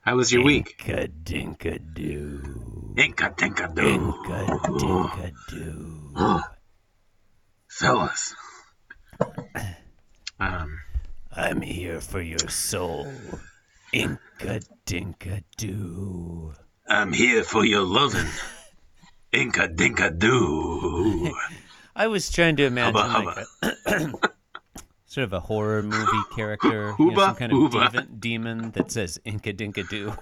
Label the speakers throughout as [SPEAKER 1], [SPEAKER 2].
[SPEAKER 1] How was your week?
[SPEAKER 2] Inka dinka doo.
[SPEAKER 1] Inka Tinka
[SPEAKER 2] Inka dinka doo.
[SPEAKER 1] Fellas. Um,
[SPEAKER 2] I'm here for your soul. Inka dinka doo.
[SPEAKER 1] I'm here for your lovin'. Inka Dinka Doo.
[SPEAKER 2] I was trying to imagine
[SPEAKER 1] Hubba,
[SPEAKER 2] like a sort of a horror movie character, you know,
[SPEAKER 1] Hooba,
[SPEAKER 2] some kind of
[SPEAKER 1] hooba.
[SPEAKER 2] devi- demon that says Inka dinka doo.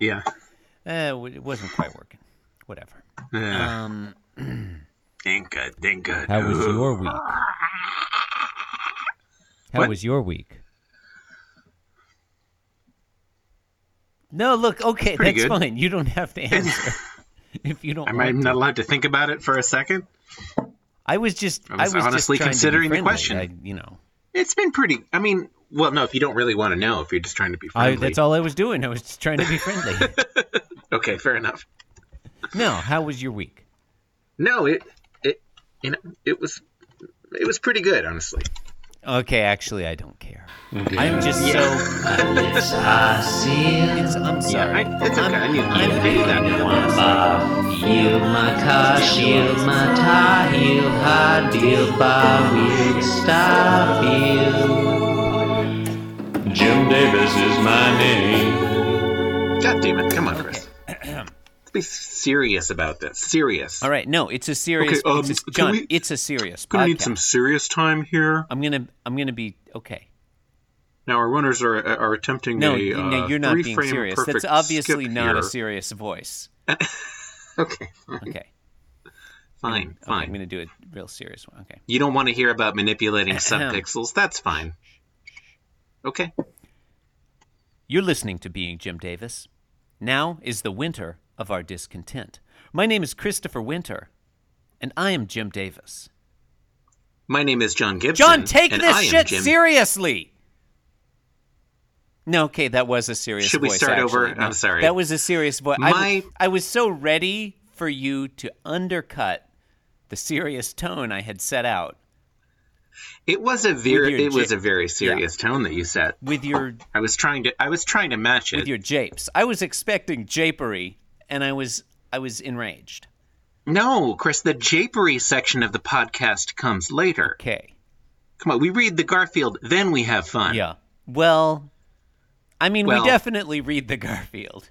[SPEAKER 1] Yeah.
[SPEAKER 2] Eh, w- it wasn't quite working. Whatever.
[SPEAKER 1] yeah.
[SPEAKER 2] Um,
[SPEAKER 1] Inka Dinka
[SPEAKER 2] how was
[SPEAKER 1] Doo.
[SPEAKER 2] your week? How
[SPEAKER 1] What?
[SPEAKER 2] was your week? No, look, okay,
[SPEAKER 1] Pretty
[SPEAKER 2] that's
[SPEAKER 1] good.
[SPEAKER 2] fine. You don't have to answer if you don't.
[SPEAKER 1] Am I
[SPEAKER 2] want
[SPEAKER 1] not
[SPEAKER 2] to.
[SPEAKER 1] allowed to think about it for a second?
[SPEAKER 2] I was just.
[SPEAKER 1] I was
[SPEAKER 2] just
[SPEAKER 1] honestly
[SPEAKER 2] trying to be
[SPEAKER 1] considering the
[SPEAKER 2] friendly.
[SPEAKER 1] question.
[SPEAKER 2] I, you know,
[SPEAKER 1] It's been pretty. I mean, well, no, if you don't really want to know, if you're just trying to be
[SPEAKER 2] I,
[SPEAKER 1] friendly.
[SPEAKER 2] that's all I was doing. I was just trying to be friendly.
[SPEAKER 1] Okay, fair enough.
[SPEAKER 2] no, how was your week?
[SPEAKER 1] No, it, it, you know, it was, it was pretty good, honestly.
[SPEAKER 2] Okay, actually, I don't care. I'm just so.
[SPEAKER 3] It's I see it.
[SPEAKER 2] It's, I'm
[SPEAKER 1] I,
[SPEAKER 2] sorry.
[SPEAKER 1] it's okay. I knew, I knew that nuance.
[SPEAKER 3] Yield my car, shield my tie, heel, high deal, bar, weird stop heel. Jim Davis is my name.
[SPEAKER 1] God damn it! Come on, Chris. Let's be serious about this. Serious.
[SPEAKER 2] All right, no, it's a serious.
[SPEAKER 1] Okay,
[SPEAKER 2] it's
[SPEAKER 1] um,
[SPEAKER 2] a,
[SPEAKER 1] can
[SPEAKER 2] John,
[SPEAKER 1] we-
[SPEAKER 2] it's a serious
[SPEAKER 1] Gonna need
[SPEAKER 2] podcast.
[SPEAKER 1] some serious time here.
[SPEAKER 2] I'm gonna. I'm gonna be okay.
[SPEAKER 1] Now our runners are are attempting
[SPEAKER 2] No,
[SPEAKER 1] a
[SPEAKER 2] you,
[SPEAKER 1] uh,
[SPEAKER 2] no you're not being
[SPEAKER 1] three-frame
[SPEAKER 2] serious.
[SPEAKER 1] perfect
[SPEAKER 2] That's obviously
[SPEAKER 1] skip
[SPEAKER 2] not
[SPEAKER 1] here.
[SPEAKER 2] a serious voice.
[SPEAKER 1] Okay,
[SPEAKER 2] Okay.
[SPEAKER 1] fine,
[SPEAKER 2] okay, I'm
[SPEAKER 1] fine.
[SPEAKER 2] gonna do a real serious one. Okay.
[SPEAKER 1] You don't want to hear about manipulating subpixels. That's fine. Okay.
[SPEAKER 2] You're listening to Being Jim Davis. Now is the winter of our discontent. My name is Christopher Winter, and I am Jim Davis.
[SPEAKER 1] My name is John Gibson.
[SPEAKER 2] John, take
[SPEAKER 1] and I
[SPEAKER 2] this
[SPEAKER 1] am
[SPEAKER 2] shit
[SPEAKER 1] Jim-
[SPEAKER 2] seriously. No, okay, that was a serious.
[SPEAKER 1] Should we
[SPEAKER 2] voice,
[SPEAKER 1] start over?
[SPEAKER 2] actually. No,
[SPEAKER 1] I'm sorry.
[SPEAKER 2] That was a serious voice.
[SPEAKER 1] My-
[SPEAKER 2] I, I was so ready for you to undercut the serious tone I had set out
[SPEAKER 1] It was a very
[SPEAKER 2] With your
[SPEAKER 1] it was
[SPEAKER 2] j-
[SPEAKER 1] a very serious tone that you set.
[SPEAKER 2] with your
[SPEAKER 1] I was trying to I was trying to match
[SPEAKER 2] with
[SPEAKER 1] it.
[SPEAKER 2] your japes. I was expecting japery, and I was I was enraged.
[SPEAKER 1] no, Chris, the japery section of the podcast comes later.
[SPEAKER 2] Okay.
[SPEAKER 1] Come on, we read the Garfield, then we have fun.
[SPEAKER 2] Yeah. Well, I mean,
[SPEAKER 1] Well-
[SPEAKER 2] we definitely read the Garfield.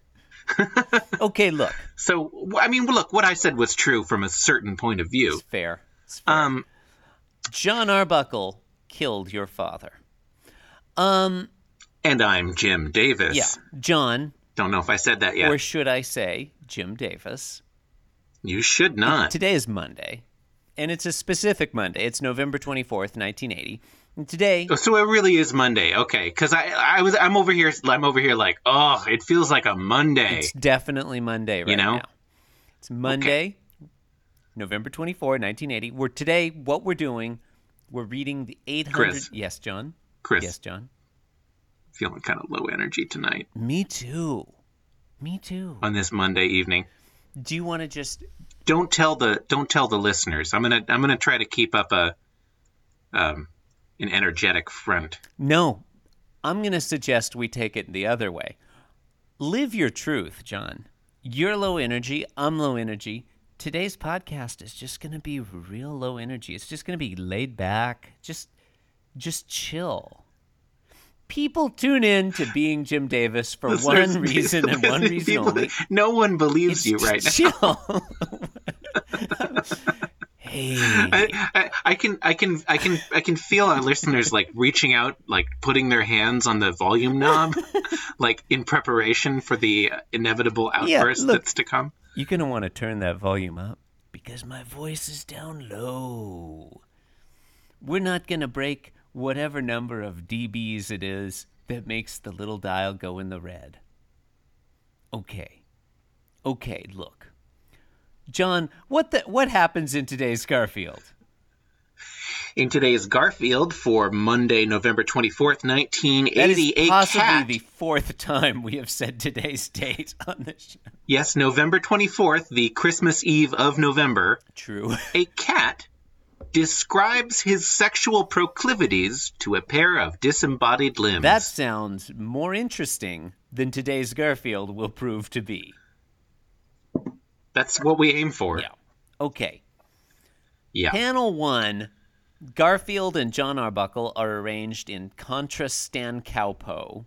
[SPEAKER 2] okay, look,
[SPEAKER 1] So w- I mean, look, what I said was true from a certain point of view.
[SPEAKER 2] it's fair. It's fair.
[SPEAKER 1] Um,
[SPEAKER 2] John Arbuckle killed your father. Um,
[SPEAKER 1] and I'm Jim Davis.
[SPEAKER 2] yeah, John,
[SPEAKER 1] Don't know if I said that yet.
[SPEAKER 2] or should I say Jim Davis?
[SPEAKER 1] you should not.
[SPEAKER 2] Today is Monday, and it's a specific Monday. It's November 24th, 1980. And today,
[SPEAKER 1] Oh, So it really is Monday, okay? Because I, I was, I'm over here, I'm over here, like, oh, it feels like a Monday.
[SPEAKER 2] it's definitely Monday right
[SPEAKER 1] know?
[SPEAKER 2] now. It's Monday, November 24, 1980. We're today, what we're doing, we're reading the 800.
[SPEAKER 1] Chris.
[SPEAKER 2] Yes, John.
[SPEAKER 1] Chris,
[SPEAKER 2] Yes, John.
[SPEAKER 1] feeling kind of low energy tonight
[SPEAKER 2] Me too. Me too.
[SPEAKER 1] on this Monday evening.
[SPEAKER 2] Do you want to just
[SPEAKER 1] Don't tell the, don't tell the listeners. I'm gonna, I'm gonna try to keep up a, um, an energetic front.
[SPEAKER 2] No, I'm going to suggest we take it the other way. Live your truth, John. You're low energy. I'm low energy. Today's podcast is just going to be real low energy. It's just going to be laid back. Just, just chill. People tune in to being Jim Davis for
[SPEAKER 1] Listeners,
[SPEAKER 2] one reason and one reason
[SPEAKER 1] people-
[SPEAKER 2] only.
[SPEAKER 1] No one believes you right now.
[SPEAKER 2] Chill. hey.
[SPEAKER 1] I, I, I can I can I can I can feel our listeners like reaching out, like putting their hands on the volume knob, like in preparation for the inevitable
[SPEAKER 2] Yeah,
[SPEAKER 1] outburst
[SPEAKER 2] look.
[SPEAKER 1] that's to come.
[SPEAKER 2] You're going to want to turn that volume up because my voice is down low. We're not going to break whatever number of dBs it is that makes the little dial go in the red. Okay. Okay, look. John, what the, what happens in today's Garfield?
[SPEAKER 1] In today's Garfield for Monday, November twenty fourth, nineteen
[SPEAKER 2] That is
[SPEAKER 1] eighty, a
[SPEAKER 2] possibly
[SPEAKER 1] cat.
[SPEAKER 2] the fourth time we have said today's date on this show.
[SPEAKER 1] Yes, November twenty fourth, the Christmas Eve of November,
[SPEAKER 2] True.
[SPEAKER 1] a cat describes his sexual proclivities to a pair of disembodied limbs.
[SPEAKER 2] That sounds more interesting than today's Garfield will prove to be.
[SPEAKER 1] That's what we aim for.
[SPEAKER 2] Yeah. Okay.
[SPEAKER 1] Yeah.
[SPEAKER 2] Panel one Garfield and John Arbuckle are arranged in contrastan cowpo.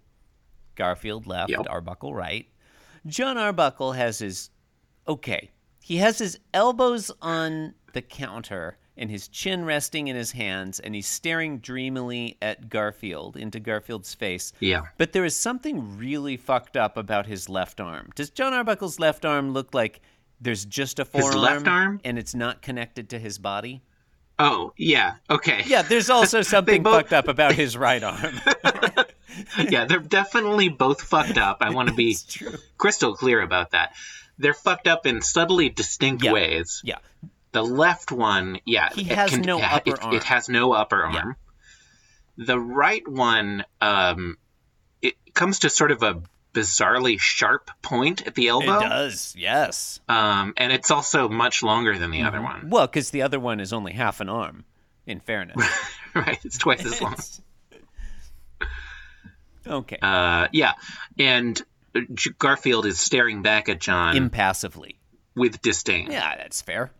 [SPEAKER 2] Garfield left,
[SPEAKER 1] Yep.
[SPEAKER 2] Arbuckle right. John Arbuckle has his okay. He has his elbows on the counter and his chin resting in his hands, and he's staring dreamily at Garfield into Garfield's face.
[SPEAKER 1] Yeah.
[SPEAKER 2] But there is something really fucked up about his left arm. Does John Arbuckle's left arm look like there's just a forearm
[SPEAKER 1] left arm?
[SPEAKER 2] and it's not connected to his body?
[SPEAKER 1] Oh, yeah. Okay.
[SPEAKER 2] Yeah, there's also something
[SPEAKER 1] both-
[SPEAKER 2] fucked up about his right arm.
[SPEAKER 1] yeah, they're definitely both fucked up. I want to be
[SPEAKER 2] true.
[SPEAKER 1] crystal clear about that. They're fucked up in subtly distinct
[SPEAKER 2] Yeah.
[SPEAKER 1] ways.
[SPEAKER 2] Yeah.
[SPEAKER 1] The left one, yeah,
[SPEAKER 2] He has no
[SPEAKER 1] it,
[SPEAKER 2] upper
[SPEAKER 1] it,
[SPEAKER 2] arm.
[SPEAKER 1] It has no upper arm. The right one, um, it comes to sort of a bizarrely sharp point at the
[SPEAKER 2] It
[SPEAKER 1] elbow,
[SPEAKER 2] does. Yes.
[SPEAKER 1] um, and it's also much longer than the other one.
[SPEAKER 2] Well, because the other one is only half an arm, in fairness.
[SPEAKER 1] right, it's twice as long.
[SPEAKER 2] okay.
[SPEAKER 1] Uh, yeah, and uh, J- Garfield is staring back at John
[SPEAKER 2] Impassively.
[SPEAKER 1] with disdain.
[SPEAKER 2] Yeah, that's fair.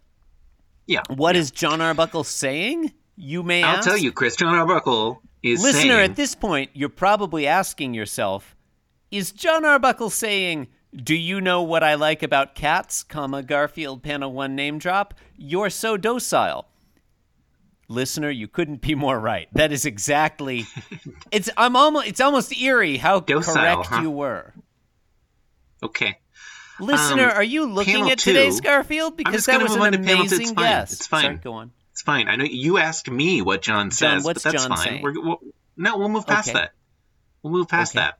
[SPEAKER 1] Yeah.
[SPEAKER 2] What is John Arbuckle saying? You may
[SPEAKER 1] I'll
[SPEAKER 2] ask.
[SPEAKER 1] tell you, Chris John Arbuckle is
[SPEAKER 2] Listener,
[SPEAKER 1] saying,
[SPEAKER 2] at this point, you're probably asking yourself, is John Arbuckle saying, do you know what I like about cats, comma, Garfield panel one name drop? You're so docile. Listener, you couldn't be more right. That is exactly it's I'm almost it's almost eerie how
[SPEAKER 1] Docile,
[SPEAKER 2] correct
[SPEAKER 1] huh?
[SPEAKER 2] you were.
[SPEAKER 1] "Okay,
[SPEAKER 2] Listener,
[SPEAKER 1] Um,
[SPEAKER 2] are you looking
[SPEAKER 1] panel
[SPEAKER 2] at today's
[SPEAKER 1] two-
[SPEAKER 2] Garfield? Because
[SPEAKER 1] just
[SPEAKER 2] that
[SPEAKER 1] gonna
[SPEAKER 2] was
[SPEAKER 1] move
[SPEAKER 2] an
[SPEAKER 1] on to panel two. It's
[SPEAKER 2] amazing
[SPEAKER 1] fine.
[SPEAKER 2] guess.
[SPEAKER 1] It's fine.
[SPEAKER 2] Sorry, go on.
[SPEAKER 1] it's fine. I know you asked me what John says,
[SPEAKER 2] what's
[SPEAKER 1] but that's
[SPEAKER 2] John
[SPEAKER 1] fine.
[SPEAKER 2] saying?
[SPEAKER 1] We're, we'll, no, we'll move past
[SPEAKER 2] Okay.
[SPEAKER 1] that. We'll move past
[SPEAKER 2] Okay.
[SPEAKER 1] that."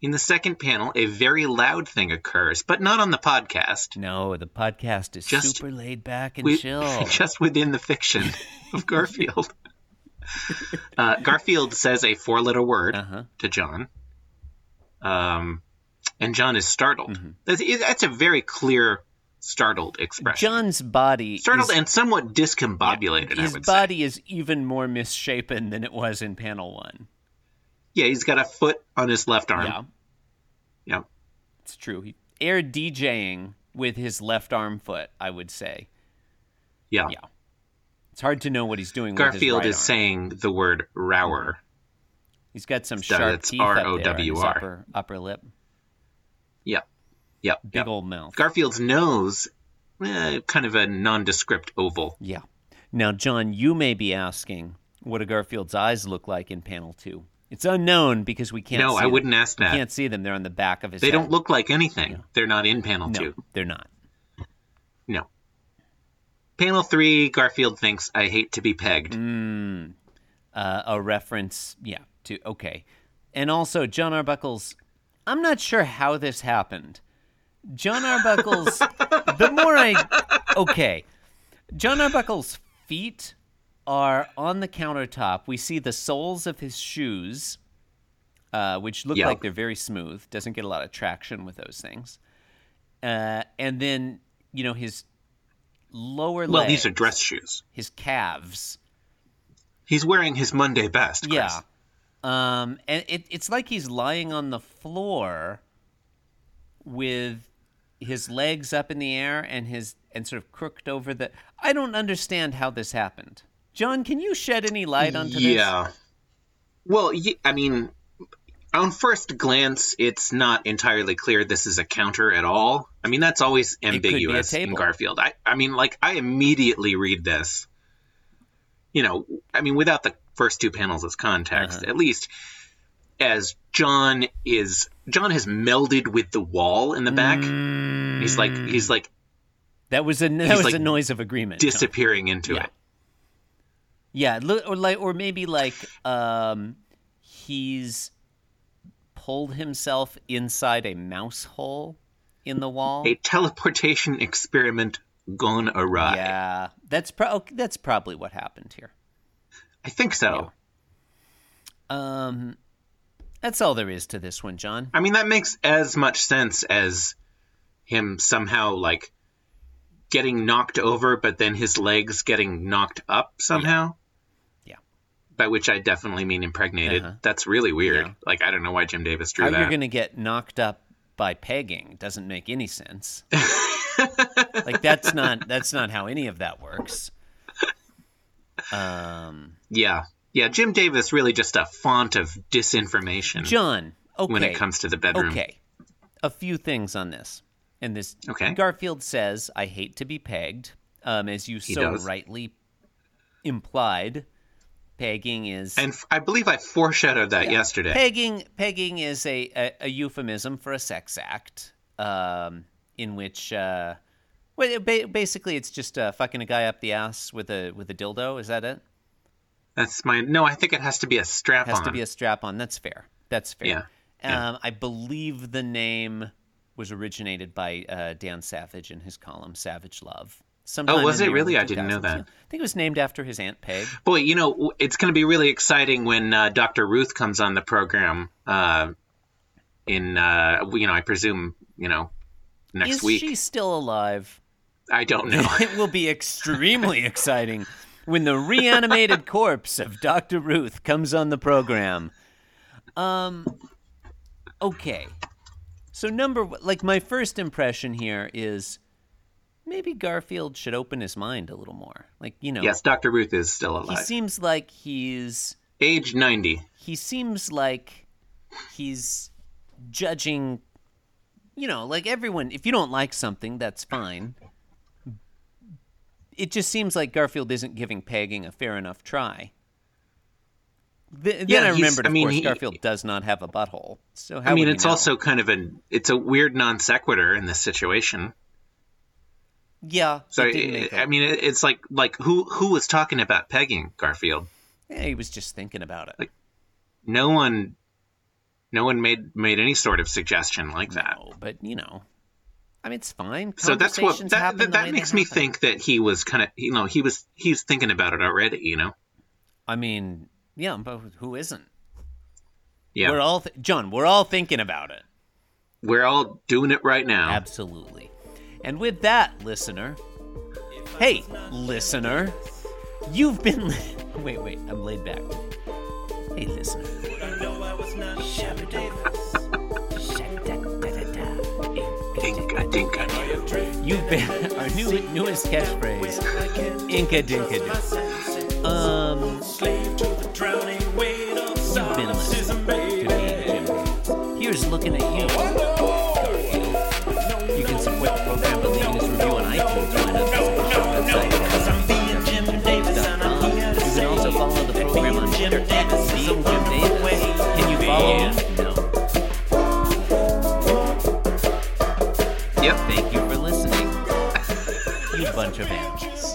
[SPEAKER 1] In the second panel, a very loud thing occurs, but not on the podcast.
[SPEAKER 2] No, the podcast is
[SPEAKER 1] Just-
[SPEAKER 2] super laid back and
[SPEAKER 1] We-
[SPEAKER 2] chill.
[SPEAKER 1] just within the fiction of Garfield. uh, Garfield says a four-letter word
[SPEAKER 2] Uh-huh.
[SPEAKER 1] to John, um, and John is startled.
[SPEAKER 2] Mm-hmm.
[SPEAKER 1] That's, that's a very clear startled expression.
[SPEAKER 2] John's body
[SPEAKER 1] startled
[SPEAKER 2] is
[SPEAKER 1] and somewhat discombobulated. I
[SPEAKER 2] his
[SPEAKER 1] would say.
[SPEAKER 2] body is even more misshapen than it was in panel one.
[SPEAKER 1] Yeah, he's got a foot on his left arm.
[SPEAKER 2] Yeah,
[SPEAKER 1] Yeah.
[SPEAKER 2] it's true. He air DJing with his left arm foot, I would say.
[SPEAKER 1] yeah.
[SPEAKER 2] Yeah. It's hard to know what he's doing with his
[SPEAKER 1] Garfield
[SPEAKER 2] right
[SPEAKER 1] is
[SPEAKER 2] arm. Mm-hmm.
[SPEAKER 1] saying the word "rower."
[SPEAKER 2] He's got some
[SPEAKER 1] So
[SPEAKER 2] sharp
[SPEAKER 1] it's
[SPEAKER 2] teeth up there on his
[SPEAKER 1] R-O-W-R.
[SPEAKER 2] upper, upper lip.
[SPEAKER 1] Yeah, yeah.
[SPEAKER 2] Big
[SPEAKER 1] yeah.
[SPEAKER 2] old mouth.
[SPEAKER 1] Garfield's nose, eh, kind of a nondescript oval.
[SPEAKER 2] Yeah. Now, John, you may be asking what do Garfield's eyes look like in panel two? It's unknown because we can't
[SPEAKER 1] No,
[SPEAKER 2] see
[SPEAKER 1] I
[SPEAKER 2] them.
[SPEAKER 1] wouldn't ask
[SPEAKER 2] We
[SPEAKER 1] that.
[SPEAKER 2] can't see them. They're on the back of his
[SPEAKER 1] They
[SPEAKER 2] head.
[SPEAKER 1] don't look like anything. They're not in panel
[SPEAKER 2] No,
[SPEAKER 1] two.
[SPEAKER 2] they're not.
[SPEAKER 1] No. Panel three, Garfield thinks I hate to be pegged.
[SPEAKER 2] Mm, uh, a reference, yeah, to okay. And also John Arbuckle's I'm not sure how this happened. John Arbuckle's the more I okay. John Arbuckle's feet are on the countertop. We see the soles of his shoes uh, which look
[SPEAKER 1] Yeah.
[SPEAKER 2] like they're very smooth. Doesn't get a lot of traction with those things. Uh, and then, you know, his lower
[SPEAKER 1] Well,
[SPEAKER 2] legs,
[SPEAKER 1] these are dress shoes.
[SPEAKER 2] his calves
[SPEAKER 1] He's wearing his Monday best. Chris.
[SPEAKER 2] Yeah. Um, and it, it's like he's lying on the floor with his legs up in the air and his and sort of crooked over the. I don't understand how this happened. John, can you shed any light onto this?
[SPEAKER 1] Yeah. Well, y- I mean, on first glance, it's not entirely clear this is a counter at all. I mean, that's always
[SPEAKER 2] could be a
[SPEAKER 1] ambiguous in
[SPEAKER 2] table.
[SPEAKER 1] Garfield. I, I mean, like, I immediately read this, you know, I mean, without the first two panels as context,
[SPEAKER 2] Uh-huh.
[SPEAKER 1] at least as John is, John has melded with the wall in the back.
[SPEAKER 2] Mm.
[SPEAKER 1] He's like, he's like
[SPEAKER 2] That was a that
[SPEAKER 1] He's
[SPEAKER 2] was
[SPEAKER 1] like
[SPEAKER 2] a noise of agreement. John.
[SPEAKER 1] disappearing into
[SPEAKER 2] Yeah.
[SPEAKER 1] it.
[SPEAKER 2] Yeah, lo- or like, or maybe like, um, he's pulled himself inside a mouse hole in the wall.
[SPEAKER 1] A teleportation experiment gone awry.
[SPEAKER 2] Yeah, that's pro- that's probably what happened here.
[SPEAKER 1] I think so.
[SPEAKER 2] Um, that's all there is to this one, John.
[SPEAKER 1] I mean, that makes as much sense as him somehow like getting knocked over, but then his legs getting knocked up somehow.
[SPEAKER 2] Yeah.
[SPEAKER 1] By which I definitely mean impregnated.
[SPEAKER 2] Uh-huh.
[SPEAKER 1] That's really weird.
[SPEAKER 2] Yeah.
[SPEAKER 1] Like I don't know why Jim Davis drew
[SPEAKER 2] How
[SPEAKER 1] that.
[SPEAKER 2] you're going to get knocked up by pegging doesn't make any sense. like that's not that's not how any of that works. Um,
[SPEAKER 1] Yeah. Yeah, Jim Davis really just a font of disinformation
[SPEAKER 2] John, okay.
[SPEAKER 1] when it comes to the bedroom.
[SPEAKER 2] Okay. A few things on this. And this
[SPEAKER 1] Okay.
[SPEAKER 2] Garfield says, I hate to be pegged. Um, as you so
[SPEAKER 1] does.
[SPEAKER 2] rightly implied, pegging is
[SPEAKER 1] And f- I believe I foreshadowed that yesterday.
[SPEAKER 2] pegging pegging is a, a, a euphemism for a sex act um, in which uh, well, it ba- basically it's just uh, fucking a guy up the ass with a with a dildo. Is that it?
[SPEAKER 1] That's my No, I think it has to be a strap
[SPEAKER 2] Has
[SPEAKER 1] on.
[SPEAKER 2] to be a strap on. That's fair. That's fair.
[SPEAKER 1] Uh-huh. Yeah. Yeah.
[SPEAKER 2] Um, I believe the name was originated by uh, Dan Savage in his column Savage Love. Sometime
[SPEAKER 1] Oh, was
[SPEAKER 2] in the
[SPEAKER 1] it really?
[SPEAKER 2] early
[SPEAKER 1] I didn't know
[SPEAKER 2] 2000s.
[SPEAKER 1] that.
[SPEAKER 2] Yeah. I think it was named after his aunt Peg.
[SPEAKER 1] Boy, you know, w- it's going to be really exciting when uh, Dr. Ruth comes on the program uh, in uh, you know, I presume, you know, next
[SPEAKER 2] Is
[SPEAKER 1] week.
[SPEAKER 2] she still alive?
[SPEAKER 1] I don't know.
[SPEAKER 2] it will be extremely exciting when the reanimated corpse of Dr. Ruth comes on the program. Um, okay. So, number, like, my first impression here is maybe Garfield should open his mind a little more. Like, you know,
[SPEAKER 1] yes, Dr. Ruth is still
[SPEAKER 2] he
[SPEAKER 1] alive.
[SPEAKER 2] seems like he's,
[SPEAKER 1] Age 90.
[SPEAKER 2] he seems like he's judging, you know, like everyone, if you don't like something, that's fine. It just seems like Garfield isn't giving pegging a fair enough try. Th- then
[SPEAKER 1] Yeah,
[SPEAKER 2] I
[SPEAKER 1] he's-
[SPEAKER 2] remembered,
[SPEAKER 1] I
[SPEAKER 2] of
[SPEAKER 1] mean,
[SPEAKER 2] course,
[SPEAKER 1] he-
[SPEAKER 2] Garfield does not have a butthole. So how
[SPEAKER 1] I mean,
[SPEAKER 2] would he
[SPEAKER 1] it's
[SPEAKER 2] know?
[SPEAKER 1] also kind of an it's a weird non sequitur in this situation.
[SPEAKER 2] yeah.
[SPEAKER 1] So
[SPEAKER 2] it didn't make
[SPEAKER 1] I mean, it- it's like like who who was talking about pegging Garfield?
[SPEAKER 2] a- yeah, he was just thinking about it.
[SPEAKER 1] No one, no one made made any sort of suggestion like that.
[SPEAKER 2] No, but you know, I mean, it's fine.
[SPEAKER 1] So that's what
[SPEAKER 2] Conversations
[SPEAKER 1] that
[SPEAKER 2] happen
[SPEAKER 1] that,
[SPEAKER 2] the
[SPEAKER 1] that
[SPEAKER 2] way
[SPEAKER 1] makes
[SPEAKER 2] they
[SPEAKER 1] me
[SPEAKER 2] happen.
[SPEAKER 1] think that he was kind of you know he was he's thinking about it already. You know,
[SPEAKER 2] I mean, yeah, but who isn't?
[SPEAKER 1] yeah,
[SPEAKER 2] We're all th- John. We're all thinking about it.
[SPEAKER 1] we're all doing it right now.
[SPEAKER 2] Absolutely. And with that, listener. Hey, listener. You've been. Li- wait, wait. I'm laid back. Hey, listener.
[SPEAKER 1] Dinka dinka.
[SPEAKER 2] You've been our new newest catchphrase, Inca Dinka Dinka. Um, you've been listening to me, Jim. Here's looking at you. Garfield. You can support the program by leaving us a review on iTunes. Why not visit our website GarfieldDinka.com. You can also follow the program on Twitter at being Jim Davis. Can you follow me? No.
[SPEAKER 1] Yep.
[SPEAKER 2] Thank you for listening. You bunch of animals.